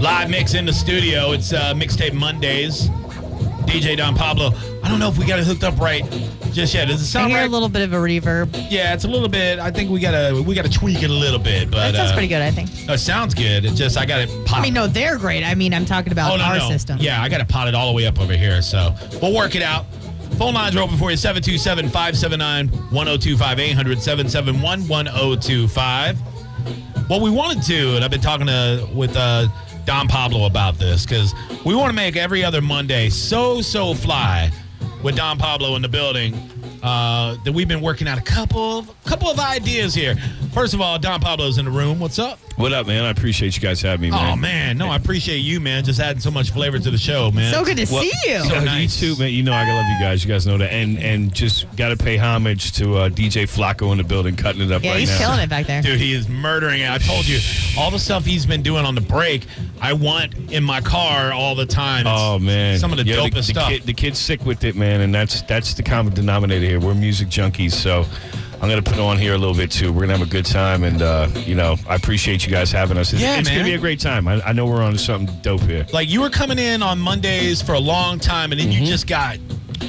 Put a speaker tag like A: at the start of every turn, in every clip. A: Live mix in the studio. It's uh, Mixtape Mondays. DJ Don Pablo. I don't know if we got it hooked up right just yet. Does it
B: I
A: sound
B: hear a
A: right?
B: little bit of a reverb.
A: yeah, it's a little bit. I think we gotta we gotta tweak it a little bit, but
B: That sounds
A: uh,
B: pretty good, I think.
A: no, it sounds good. It just I got it
B: I
A: popped.
B: mean, no, they're great. I mean, I'm talking about
A: oh, no,
B: our
A: no.
B: system.
A: Yeah, I got it potted all the way up over here, so we'll work it out. Phone lines are open for you 727 579 1025 800 771 1025. What we wanted to, and I've been talking to with uh, Don Pablo about this because we want to make every other Monday so so fly with Don Pablo in the building. Uh, that we've been working out a couple of, couple of ideas here. First of all, Don Pablo's in the room. What's up?
C: What up, man? I appreciate you guys having me, man.
A: Oh man, no, I appreciate you, man. Just adding so much flavor to the show, man.
B: So good to
C: Well,
B: see you.
A: so-
C: yeah,
A: nice.
C: You too, man. You know I love you guys. You guys know that, and and just got to pay homage to uh, DJ Flacco in the building, cutting it up
B: yeah,
C: right
B: he's
C: now.
B: killing it back there.
A: Dude, he is murdering it. I told you, all the stuff he's been doing on the break, I want in my car all the time. It's
C: Oh man,
A: some of the
C: Yeah,
A: dopest
C: the,
A: stuff.
C: kid- the kid's sick with it, man, and that's that's the common denominator here. We're music junkies, so I'm gonna put on here a little bit too. We're gonna have a good time, and uh, you know I appreciate you guys having us. It's,
A: Yeah,
C: it's
A: man.
C: gonna be a great time. I, I know we're on to something dope here.
A: like you were coming in on Mondays for a long time, and then
C: Mm-hmm.
A: you just got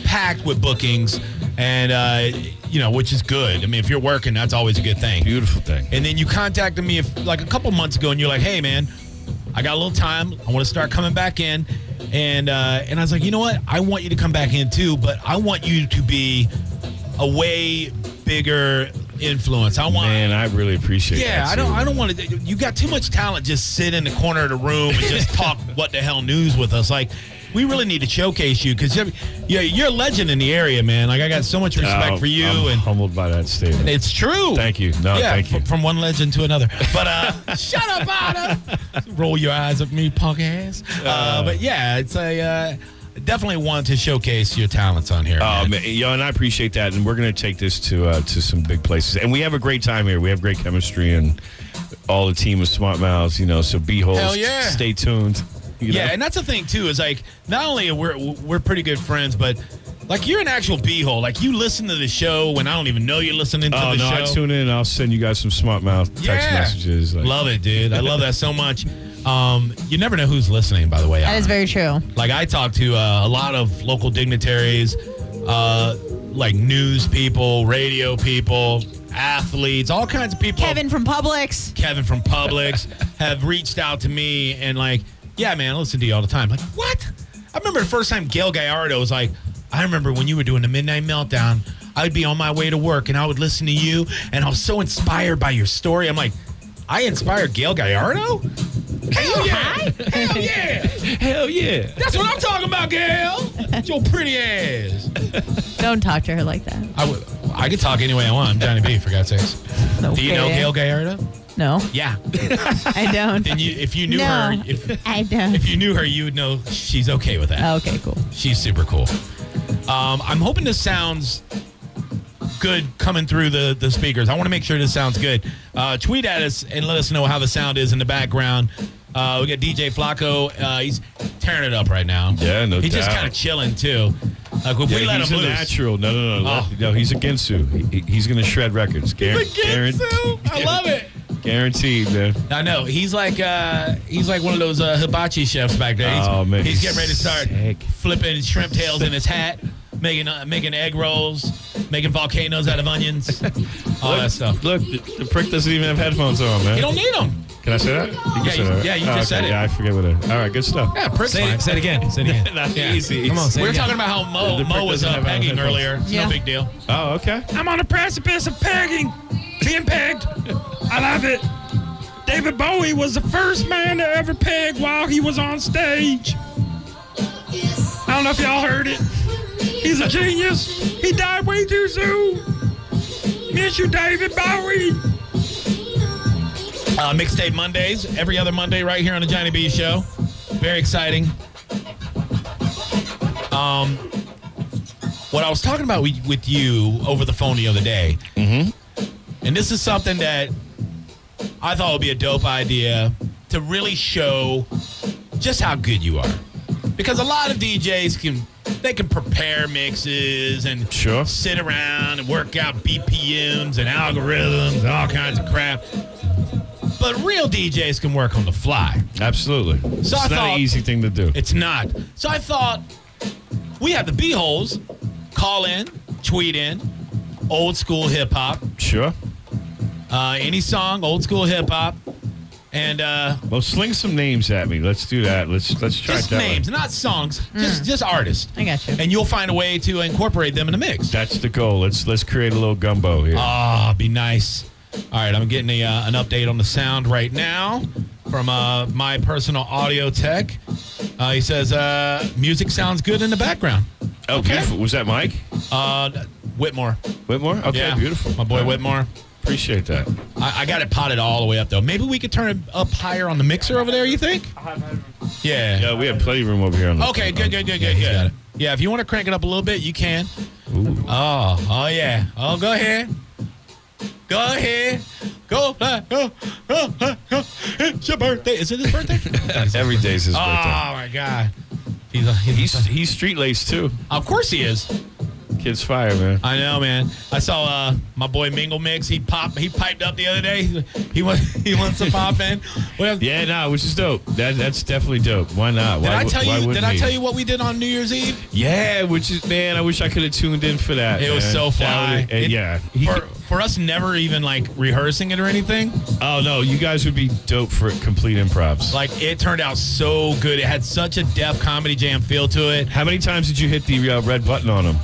A: packed with bookings, and uh, you know, which is good. I mean, if you're working, that's always a good thing.
C: Beautiful thing.
A: And then you contacted me if, like a couple months ago, and you're like, "Hey, man, I got a little time. I want to start coming back in." And uh, and I was like, "You know what? I want you to come back in too, but I want you to be a way bigger influence. I want."
C: Man, I really appreciate.
A: yeah,
C: that,
A: I don't.
C: too.
A: I don't want to. You got too much talent. Just sit in the corner of the room and just talk what the hell news with us. Like, we really need to showcase you because you're, you're you're a legend in the area, man. Like, I got so much respect
C: Oh,
A: for you
C: I'm
A: and
C: humbled by that statement.
A: it's true.
C: Thank you. No,
A: yeah,
C: thank you.
A: f- from one legend to another. But uh, shut up, Adam. Roll your eyes at me, punk ass. Uh, but yeah, it's a uh, definitely want to showcase your talents on here.
C: Oh
A: man.
C: man, yo, and I appreciate that, and we're gonna take this to uh, to some big places, and we have a great time here. We have great chemistry, and all the team is smart mouths, you know. So be
A: Hell
C: holes,
A: yeah.
C: stay tuned. you
A: yeah,
C: know?
A: and that's the thing too is like not only we're we're pretty good friends, but like you're an actual b-hole. Like you listen to the show when I don't even know you're listening to
C: oh
A: the
C: no,
A: show.
C: I tune in, and I'll send you guys some smart mouth text
A: Yeah.
C: messages. like-
A: love it, dude. I love that so much. Um, you never know who's listening, by the way.
B: That is very true.
A: Like I talk to uh, a lot of local dignitaries, uh, like news people, radio people, athletes, all kinds of people.
B: Kevin from Publix.
A: Kevin from Publix have reached out to me and like, yeah, man, I listen to you all the time. Like, what? I remember the first time Gail Gallardo was like, I remember when you were doing the Midnight Meltdown. I would be on my way to work and I would listen to you, and I was so inspired by your story. I'm like, I inspired Gail Gallardo? Hell yeah! Hell yeah!
C: Hell yeah.
A: That's what I'm talking about, Gail. It's your pretty ass.
B: Don't talk to her like that.
A: I would- I could talk any way I want. I'm Johnny B, for God's sakes. Do you know
B: Okay.
A: Gail Gallardo?
B: No,
A: Yeah.
B: I don't.
A: Then you, if you knew
B: No.
A: her, if,
B: I don't. Oh,
A: if you knew her, you would know she's okay with that.
B: Okay, cool.
A: She's super cool. Um, I'm hoping this sounds good coming through the, the speakers. I want to make sure this sounds good. Uh, tweet at us and let us know how the sound is in the background. Uh, we got DJ Flacco. Uh, he's tearing it up right now.
C: Yeah, no
A: He's just
C: doubt.
A: kind of chilling too. Like if
C: Yeah,
A: we let
C: he's
A: him
C: a
A: loose,
C: natural. No, no, no.
A: Oh.
C: No, he's a Ginsu. He, he- he's gonna shred records. Guar-
A: He's a Ginsu. I love it.
C: Guaranteed, man.
A: I know he's like uh, he's like one of those uh, hibachi chefs back there. He's,
C: Oh, man,
A: he's
C: he's
A: getting ready to start
C: sick.
A: flipping shrimp tails in his hat, making uh, making egg rolls, making volcanoes out of onions, all that stuff.
C: Look, the, the prick doesn't even have headphones on, man.
A: You don't need them.
C: Can I say that? You can
A: Yeah,
C: say
A: you-
C: that, right?
A: yeah, you
C: Oh,
A: just
C: okay.
A: said it.
C: Yeah, I forget what it. All right, good stuff.
A: Yeah, prick's
D: Say
A: fine.
D: it, say it again. Say it again.
C: Not
A: Yeah.
C: easy.
D: Come on, say it
A: We were
D: again.
A: talking about how Mo
C: The
A: Mo
C: prick
A: was
C: doesn't
A: uh,
C: have
A: pegging
C: headphones.
A: earlier. It's
B: Yeah.
A: No big deal.
C: Oh, okay.
E: I'm on a precipice of pegging, being pegged. I love it. David Bowie was the first man to ever peg while he was on stage. I don't know if y'all heard it. He's a genius. He died way too soon. Miss you, David Bowie.
A: Uh, Mixtape Mondays, every other Monday, right here on the Johnny B Show. Very exciting. Um, what I was talking about we- with you over the phone the other day, mm-hmm. and this is something that I thought would be a dope idea to really show just how good you are, because a lot of DJs can they can prepare mixes and
C: Sure.
A: sit around and work out BPMs and algorithms and all kinds of crap but real DJs can work on the fly.
C: Absolutely. it's
A: I
C: not
A: thought-
C: an easy thing to do.
A: It's not. So I thought we have the B holes. Call in, tweet in, old school hip hop.
C: Sure.
A: Uh, any song, old school hip hop. And uh,
C: Well, sling some names at me. Let's do that. Let's let's try
A: just
C: it that way.
A: names, not songs, just just artists.
B: Mm. I got you.
A: And you'll find a way to incorporate them in the mix.
C: That's the goal. Let's let's create a little gumbo here.
A: Ah, be nice. All right, I'm getting a, uh, an update on the sound right now from uh, my personal audio tech. Uh, he says uh, music sounds good in the background.
C: oh,
A: okay.
C: beautiful. Was that Mike
A: Uh, Whitmore.
C: Whitmore? Okay,
A: yeah,
C: beautiful.
A: My boy
C: All right.
A: Whitmore.
C: Appreciate that.
A: I, I got it potted all the way up though. Maybe we could turn it up higher on the mixer over there. You think? Yeah.
C: Yeah, we have plenty of room over here on the.
A: Okay. Good. Good. Good.
C: Yeah,
A: Good.
C: he's got
A: Good.
C: it.
A: Yeah. If you want to crank it up a little bit, you can.
C: Ooh.
A: Oh. Oh yeah. Oh, go ahead. Go ahead. Go. uh, Go. go, uh, go. It's your birthday. Is it his birthday?
C: Every day's his
A: oh
C: birthday.
A: my God. He's, a, he's,
C: He's he's street laced too.
A: of course he is.
C: Kids fire, man.
A: I know, man. I saw uh, my boy Mingle Mix. He popped. He piped up the other day. He wants. He wants to pop in. Well,
C: Yeah, nah, which is dope. That that's definitely dope. Why not?
A: Did
C: why,
A: I
C: wou-
A: tell
C: why
A: you? Did
C: wouldn't
A: I
C: he?
A: tell you what we did on New Year's Eve?
C: Yeah, which is man. I wish I could have tuned in for that.
A: It was
C: man.
A: so
C: That
A: fly.
C: would've- uh,
A: It-
C: yeah. He
A: For,
C: could-
A: for us, never even like rehearsing it or anything.
C: oh no, you guys would be dope for complete improvs.
A: Like it turned out so good. It had such a deaf comedy jam feel to it.
C: How many times did you hit the uh, red button on him?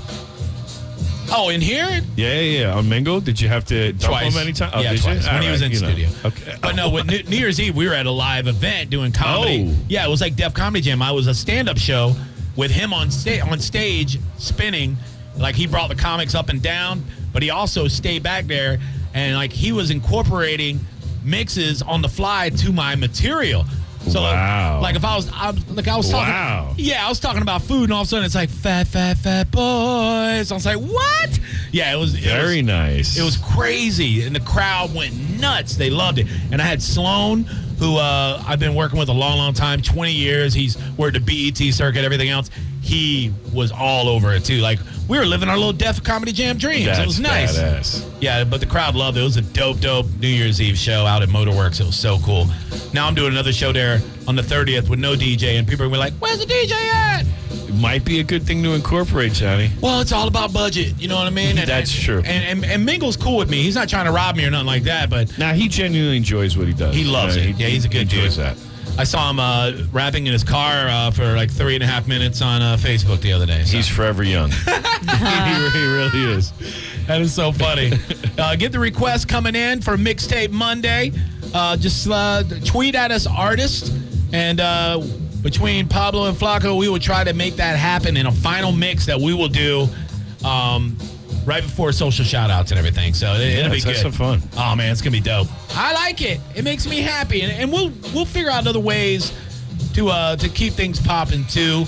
A: Oh, and here
C: Yeah, yeah, yeah. On Mingo, did you have to dump
A: twice.
C: him any time? Oh,
A: yeah,
C: did you?
A: twice. When
C: All
A: he was
C: right,
A: in
C: you know.
A: studio.
C: Okay.
A: But no, with New, New Year's Eve, we were at a live event doing comedy.
C: Oh.
A: Yeah, it was like Def Comedy Jam. I was a stand-up show with him on sta- on stage spinning. Like he brought the comics up and down, but he also stayed back there and like he was incorporating mixes on the fly to my material. So like-
C: Wow.
A: like, if I was I, was- like I was talking
C: Wow.
A: Yeah, I was talking about food and all of a sudden it's like fat fat fat boys. I was like, "What?" Yeah, it was it was-
C: Very nice.
A: it was crazy, and the crowd went nuts. They loved it. And I had Sloan, who uh, I've been working with a long, long time 20 years. He's worked the BET circuit, everything else. He was all over it, too. Like, we were living our little deaf comedy jam dreams.
C: That's
A: it was nice.
C: badass.
A: Yeah, but the crowd loved it. It was a dope, dope New Year's Eve show out at Motorworks. It was so cool. Now I'm doing another show there on the 30th with no DJ, and people are gonna be like, where's the DJ at?
C: It might be a good thing to incorporate, Johnny.
A: Well, it's all about budget. You know what I mean? And-
C: That's true.
A: And, and, and Mingle's cool with me. He's not trying to rob me or nothing like that, but
C: Now he genuinely enjoys what he does.
A: He loves
C: You know,
A: it. Yeah, he's a
C: he
A: good
C: enjoys
A: dude.
C: that.
A: I saw him uh, rapping in his car uh, for like three and a half minutes on uh, Facebook the other day. so-
C: He's forever young. he, he really is.
A: that is so funny. uh, get the request coming in for Mixtape Monday. Uh, just uh, tweet at us, artist, and uh, between Pablo and Flacco, we will try to make that happen in a final mix that we will do um, right before social shout outs and everything. So it,
C: Yeah,
A: it'll be
C: let's have
A: good.
C: some fun.
A: Oh man, it's gonna be dope. I like it. It makes me happy, and, and we'll we'll figure out other ways to uh, to keep things popping too,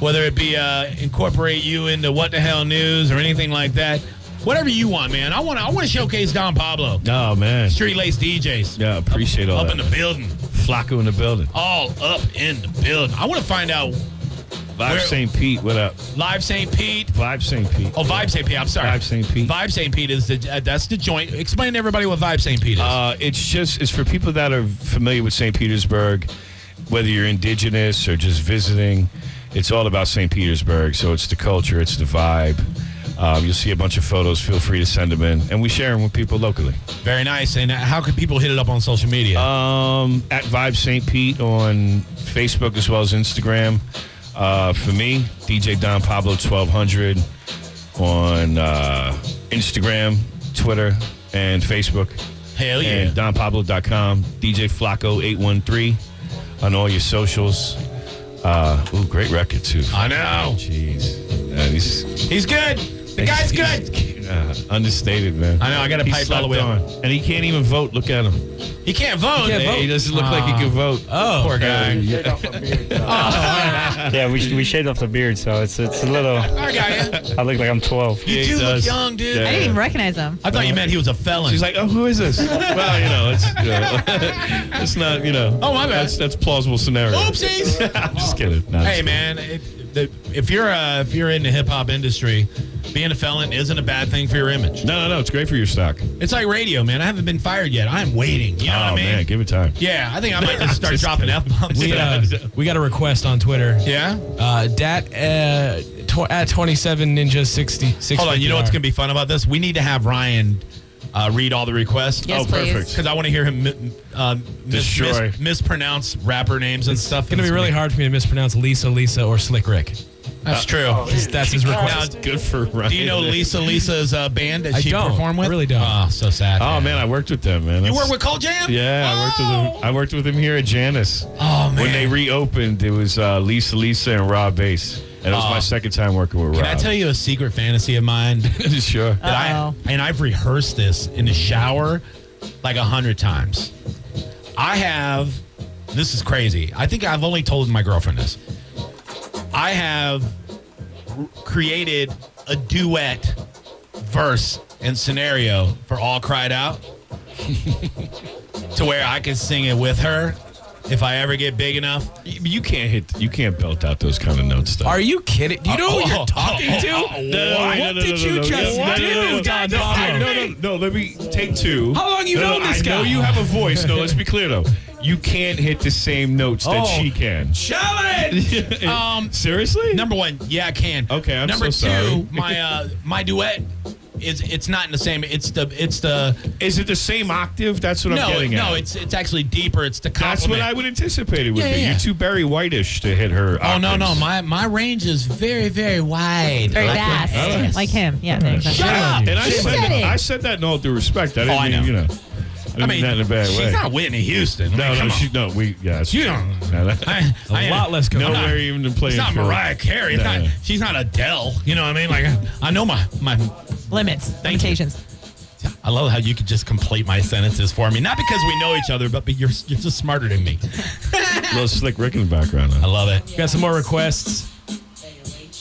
A: whether it be uh, incorporate you into what the hell news or anything like that. Whatever you want, man. I want to I want to showcase Don Pablo,
C: Oh man.
A: Street Lace DJs.
C: Yeah, appreciate all
A: Up
C: that.
A: in the building,
C: Flacco in the building.
A: all up in the building. I want to find out
C: Vibe
A: Where-
C: St. Pete. What up?
A: live St. Pete.
C: Vibe St. Pete.
A: Oh, Vibe St. Pete. I'm sorry.
C: Vibe St. Pete.
A: Vibe St. Pete is the uh, that's the joint. Explain to everybody what Vibe St. Pete is.
C: Uh, it's just it's for people that are familiar with St. Petersburg, whether you're indigenous or just visiting. It's all about St. Petersburg, so it's the culture, it's the vibe. Um, you'll see a bunch of photos. Feel free to send them in, and we share them with people locally.
A: Very nice. And how can people hit it up on social media?
C: Um, at Vibe St. Pete on Facebook as well as Instagram. Uh, for me, DJ Don Pablo 1200 on uh, Instagram, Twitter, and Facebook.
A: Hell yeah.
C: and DonPablo.com, DJ Flacco 813 on all your socials. Uh, ooh, great record, too.
A: I know.
C: Jeez. Uh, he's,
A: He's good. The guy's good.
C: he's, uh, understated, man.
A: I know, I gotta
C: He
A: pipe all the
C: slept
A: way up.
C: on. And he can't even vote. Look at him.
A: He can't vote.
C: Yeah, he Ah. doesn't look like he can vote.
A: Oh,
C: Poor guy.
A: okay.
D: Shade off the beard, so- yeah, we, we shaved off the beard, so it's it's a little.
A: I got you.
D: I look like I'm 12.
A: You
C: he
A: do look
C: does.
A: young, dude.
C: Yeah.
B: I didn't even recognize him.
A: I thought you meant he was a felon.
C: She's like, oh, who is this? well, you know, it's, you know, it's not, you know.
A: Oh, my bad.
C: That's, that's plausible scenario.
A: oopsies.
C: I'm just kidding. No, I'm
A: hey,
C: just
A: man, if, the, if you're uh, if you're in the hip hop industry, being a felon isn't a bad thing for your image.
C: No, no, no. It's great for your stock.
A: It's like radio, man. I haven't been fired yet. I'm waiting. You know
C: oh,
A: what I mean?
C: man. Give it time.
A: yeah, I think I might just start dropping F bombs.
F: We, uh, we got a request on Twitter.
A: yeah.
F: Uh, dat uh, tw- at 27 Ninja 60.
A: Hold on. You know what's going to be fun about this? We need to have Ryan uh, read all the requests.
B: Yes,
C: Oh,
B: please.
C: perfect.
A: Because I want to hear him mi- uh, mis-
C: Destroy.
A: mis- mispronounce rapper names and stuff.
F: It's going to be really Uh, hard for me to mispronounce Lisa, Lisa, or Slick Rick.
A: That's true.
F: oh, That's his
A: Now,
F: request.
C: Good for Ryan.
A: do you know Lisa Lisa's uh, band that
F: I
A: she
F: don't.
A: performed with?
F: I really don't. Uh,
A: Oh, so sad.
C: Oh man, I worked with them, man.
A: You
C: That's-
A: work with Cold Jam?
C: Yeah, I worked with him. I worked with him here at Janice.
A: Oh, man.
C: When they reopened, it was uh, Lisa, Lisa, and Rob Bass, and it was
A: Oh.
C: my second time working with
A: Can
C: Rob.
A: I tell you a secret fantasy of mine? that
C: you? Uh, sure.
A: I,
B: Uh-oh.
A: and I've rehearsed this in the shower like a hundred times. I have, this is crazy. I think I've only told my girlfriend this. I have r- created a duet verse and scenario for All Cried Out to where I can sing it with her if I ever get big enough.
C: You you can't hit. You can't belt out those kind of notes, though.
F: Are you kidding? Do you know
A: Oh,
F: who
A: oh,
F: you're talking
A: oh,
F: to?
A: oh, oh,
C: No, no,
F: what
C: no, no,
F: did
C: no,
F: you
C: no,
F: just
C: no,
F: do,
C: no, no, no,
F: Don
C: no,
F: Pablo?
C: no, no, no, let me take two.
F: How long you
C: No, no,
F: known this
C: I
F: guy?
C: know you have a voice. No, let's be clear though. You can't hit the same notes that
F: Oh.
C: she can.
F: Challenge!
A: Um,
C: Seriously?
A: Number one, yeah, I can.
C: Okay, I'm
A: Number
C: so
A: two,
C: sorry.
A: my uh, my duet is it's not in the same. It's the it's the
C: Is it the same octave? That's what
A: no
C: I'm getting at.
A: no. It's it's actually deeper. It's the compliment.
C: That's what I would anticipate it would
A: Yeah,
C: be.
A: yeah, yeah.
C: You're too Barry Whitish to hit her.
A: Oh no
C: octaves.
A: no my my range is very very wide.
B: Very
A: Like-
B: fast.
A: Yes.
B: Like him. Yeah, exactly.
A: Shut up.
C: And I
B: She
C: said,
B: said it.
C: I said that in all due respect. I didn't
A: Oh, I
C: mean,
A: know.
C: you know. I, didn't
A: I
C: mean,
A: mean,
C: that in a bad
A: she's
C: way.
A: not Whitney Houston. I
C: no,
A: mean,
C: no,
A: come
C: she,
A: on.
C: no, we, yeah, that's
A: You
C: true.
A: don't-
C: No, that-
A: I,
F: A
A: I am-
F: lot less going
A: I'm
F: on.
C: nowhere
A: not-
C: even to play.
A: It's not Mariah Carey. It's
C: No.
A: not, she's not Adele. You know what I mean? Like I, I know my my
B: Limits. limitations.
A: I love how you could just complete my sentences for me. Not because we know each other, but be- you're you're just smarter than me.
C: little slick Rick in the background.
A: I love it.
F: Got some more requests.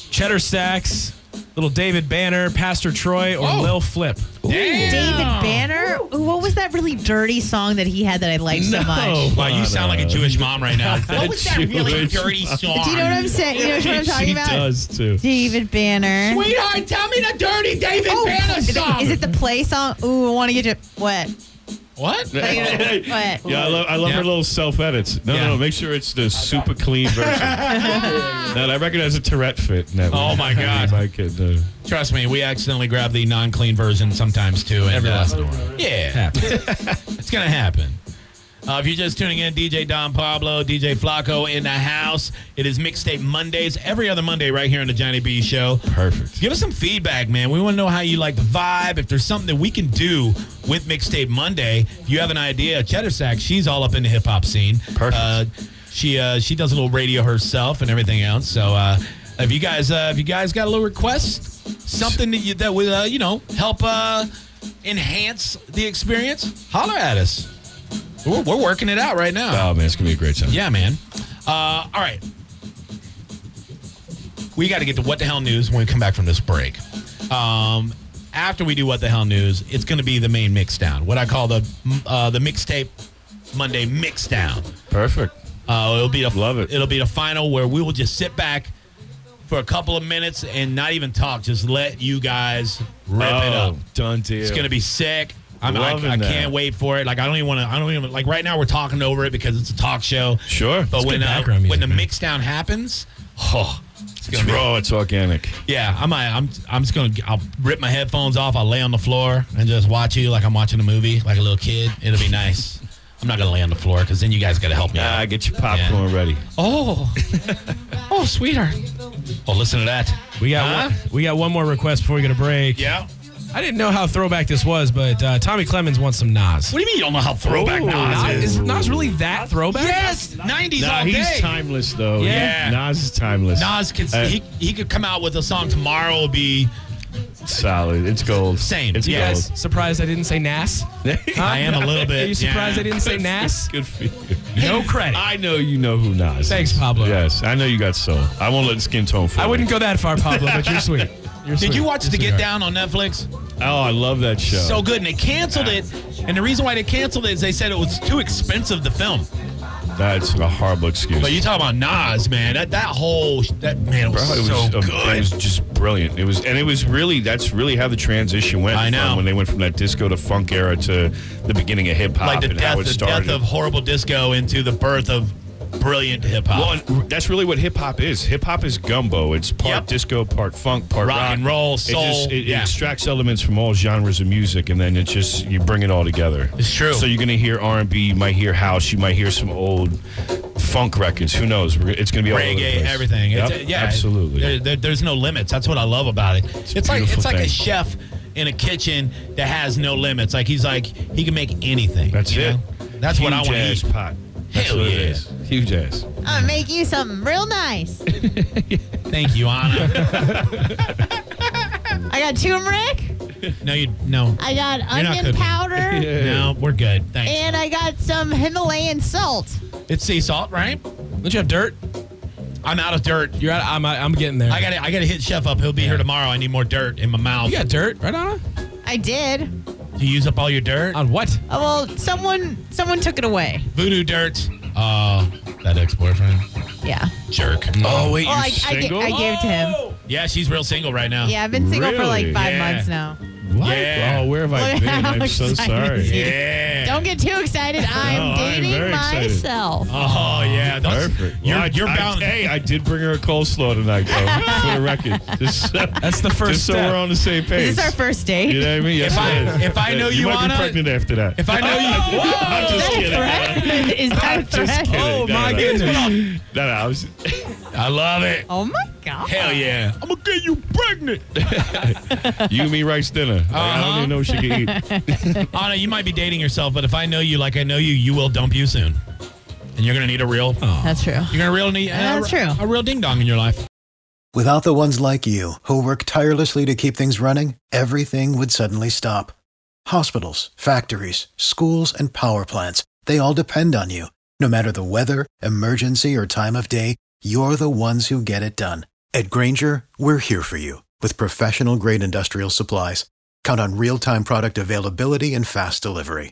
F: Cheddar Stacks, little David Banner, Pastor Troy, or
A: Oh.
F: Lil Flip.
B: David Banner. Ooh, What was that really dirty song that he had that I liked so much?
A: Oh, Wow, you sound like a Jewish mom right now.
C: What
A: was that really
C: Jewish.
A: dirty song?
B: Do you know what I'm saying? You know what I'm talking
C: she
B: about?
C: does too.
B: David Banner.
A: Sweetheart, tell me the dirty David
B: Oh,
A: Banner
B: is it-
A: song.
B: is it the play song? Ooh, I want to get you. What?
A: what?
B: Like, what?
C: Yeah, I love, I love
A: Yeah.
C: her little self edits. No,
A: Yeah.
C: no, no, make sure it's the super clean version. no, I recognize a Tourette fit. No,
A: Oh, my God.
C: I could, uh,
A: Trust me, we accidentally grab the non-clean version sometimes too. And,
F: Every
A: uh,
F: once in
A: Yeah, it's gonna happen. Uh, if you're just tuning in, DJ Don Pablo, DJ Flacco in the house. It is Mixtape Mondays every other Monday right here on the Johnny B Show.
C: perfect.
A: Give us some feedback, man. We want to know how you like the vibe. If there's something that we can do with Mixtape Monday, if you have an idea, Cheddar Sack, she's all up in the hip hop scene.
C: Perfect.
A: Uh, she uh, she does a little radio herself and everything else. So uh, if you guys uh, if you guys got a little request, something that you, that would uh, you know help uh, enhance the experience, holler at us. We're, we're working it out right now.
C: Oh man, it's gonna be a great time.
A: Yeah, man. Uh, all right. We got to get to what the hell news when we come back from this break. Um, after we do what the hell news, it's going to be the main mixdown, what I call the uh, the mixtape Monday mixdown.
C: perfect.
A: Uh, it'll be the
C: Love it.
A: It'll be the final where we will just sit back for a couple of minutes and not even talk, just let you guys rip it up.
C: Oh, done deal.
A: It's gonna be sick. I'm, I,
C: Loving
A: I
C: that.
A: can't wait for it. Like I don't even want to. I don't even like right now. We're talking over it because it's a talk show.
C: Sure.
A: but
C: It's
A: when
F: good
A: uh,
F: background
A: when the
F: music,
A: mixdown
F: man.
A: happens, oh, it's
C: It's
A: gonna be,
C: raw. It's organic.
A: yeah. I'm I'm I'm just gonna I'll rip my headphones off. I'll lay on the floor and just watch you like I'm watching a movie, like a little kid. It'll be nice. I'm not gonna lay on the floor because then you guys gotta help me.
C: Ah,
A: out.
C: get your popcorn ready.
A: Oh, oh, sweetheart. Oh, listen to that.
F: We got
A: Huh?
F: one, we got one more request before we go to break.
A: Yeah.
F: I didn't know how throwback this was, but uh, Tommy Clemens wants some Nas.
A: What do you mean you don't know how throwback Nas is?
F: Nas, is Nas really that throwback?
A: Yes, 90s
C: Nah,
A: all
C: he's
A: day.
C: timeless though.
A: Yeah.
C: Nas is timeless.
A: Nas could
C: Uh,
A: he, he could come out with a song tomorrow would be
C: solid. It's gold.
A: Same.
C: It's
F: You
A: Yeah.
F: guys surprised I didn't say Nas?
C: gold.
A: I am a little bit.
F: Are you surprised
A: yeah.
F: I didn't say Nas?
C: Good for you.
F: No credit. I,
C: I know you know who Nas. is.
F: Thanks, Pablo.
C: Yes, I know you got soul. I won't let skin tone fool.
F: wouldn't
C: me.
F: go that far, Pablo, but you're sweet. You're
A: Did
F: sweet.
A: you watch
F: You're
A: The Get
F: sweetheart.
A: Down on Netflix?
C: Oh, I love that show.
A: So good, and they canceled it. And the reason why they canceled it is they said it was too expensive to film.
C: That's a horrible excuse.
A: But you talk about Nas, man. That that whole that man was,
C: Bro, it was
A: so
C: um,
A: good.
C: It was just brilliant. It was, and it was really that's really how the transition went.
A: I
C: from
A: know.
C: when they went from that disco to funk era to the beginning of hip hop
A: like the
C: and
A: death,
C: how it
A: the
C: started.
A: death of horrible disco into the birth of brilliant hip hop.
C: well, and that's really what hip hop is. Hip hop is gumbo. It's part
A: Yep.
C: disco, part funk, part
A: Rock
C: rock,
A: and roll, soul,
C: It, just, it,
A: yeah.
C: it extracts elements from all genres of music, and then it just you bring it all together.
A: It's true.
C: So you're gonna hear R and B. You might hear house. You might hear some old funk records. Who knows? We're- It's gonna be all over the
A: reggae,
C: place.
A: everything. It's-
C: Yep,
A: yeah,
C: absolutely.
A: there- there- there's no limits. That's what I love about it. It's,
C: a
A: like it's
C: beautiful
A: like a
C: thing.
A: chef in a kitchen that has no limits. Like he's like he can make anything.
C: That's
A: you
C: it.
A: know? That's what I want to
C: Huge
A: eat.
C: ass pot. That's
A: Hell
C: what it
A: yeah.
C: is. Huge ass.
B: I'm gonna make you something real nice.
A: Thank you, Anna.
B: I got turmeric.
A: no, you no.
B: I got
A: not
B: onion
A: cooking.
B: powder,
A: No, we're good. Thanks.
B: and I got some Himalayan salt.
A: it's sea salt, right?
F: Don't you have dirt?
A: I'm out of dirt.
F: You're out. I'm. I'm getting there.
A: I gotta I gotta hit Chef up. He'll be here tomorrow. I need more dirt in my mouth.
F: You got dirt, right, Anna?
B: I did.
A: You use up all your dirt?
C: Uh,
F: On what?
B: Oh, well, someone someone took it away.
A: Voodoo dirt. Uh that ex-boyfriend.
B: Yeah.
A: Jerk.
C: Oh wait,
B: Well, I, I, ga- I gave it to him.
A: Yeah, she's real single right now.
B: Yeah, I've been single for like
C: Oh! Really?
B: five
A: Yeah.
B: months now.
C: What?
A: Yeah.
C: Oh, where have I
B: Look
C: been?
B: how
C: I'm so
B: excited he
C: sorry.
A: Yeah.
B: Don't get too excited.
C: Oh, I'm
B: I'm dating
C: very excited.
B: myself.
A: Oh yeah, that's
C: Perfect.
A: You're,
C: Well, I-
A: you're
C: I-
A: bound.
C: hey, I did bring her a coleslaw tonight, though, for the record. Just,
F: That's the first
C: just so
F: step.
C: we're on the same page.
B: Is this our first date?
C: You know what I mean? Yes,
A: I-
C: it is.
A: if I know
C: you
A: you,
C: might
A: Anna-
C: be pregnant after that.
A: if I know
C: Oh,
A: you,
C: I'm
B: Is
C: just
B: that
C: kidding.
B: a threat? Is that a
C: Just
B: threat?
C: kidding.
F: Oh,
C: No,
F: my
C: no, no.
F: goodness.
C: No, no, I was-
A: I love it.
B: Oh my god.
A: Hell yeah.
C: I'm gonna get you pregnant. you and me rice dinner. Like, I don't
A: Uh-huh.
C: even know what she can eat.
A: Anna, you might be dating yourself, but if I know you like I know you, you will dump you soon, and you're gonna need a real.
C: Oh.
B: That's true.
A: You're gonna real need.
B: Yeah,
A: a-
B: that's true.
A: A real ding dong in your life.
G: Without the ones like you, who work tirelessly to keep things running, everything would suddenly stop. Hospitals, factories, schools, and power plants, they all depend on you. No matter the weather, emergency, or time of day, you're the ones who get it done. At Granger, we're here for you with professional grade industrial supplies. Count on real time product availability and fast delivery.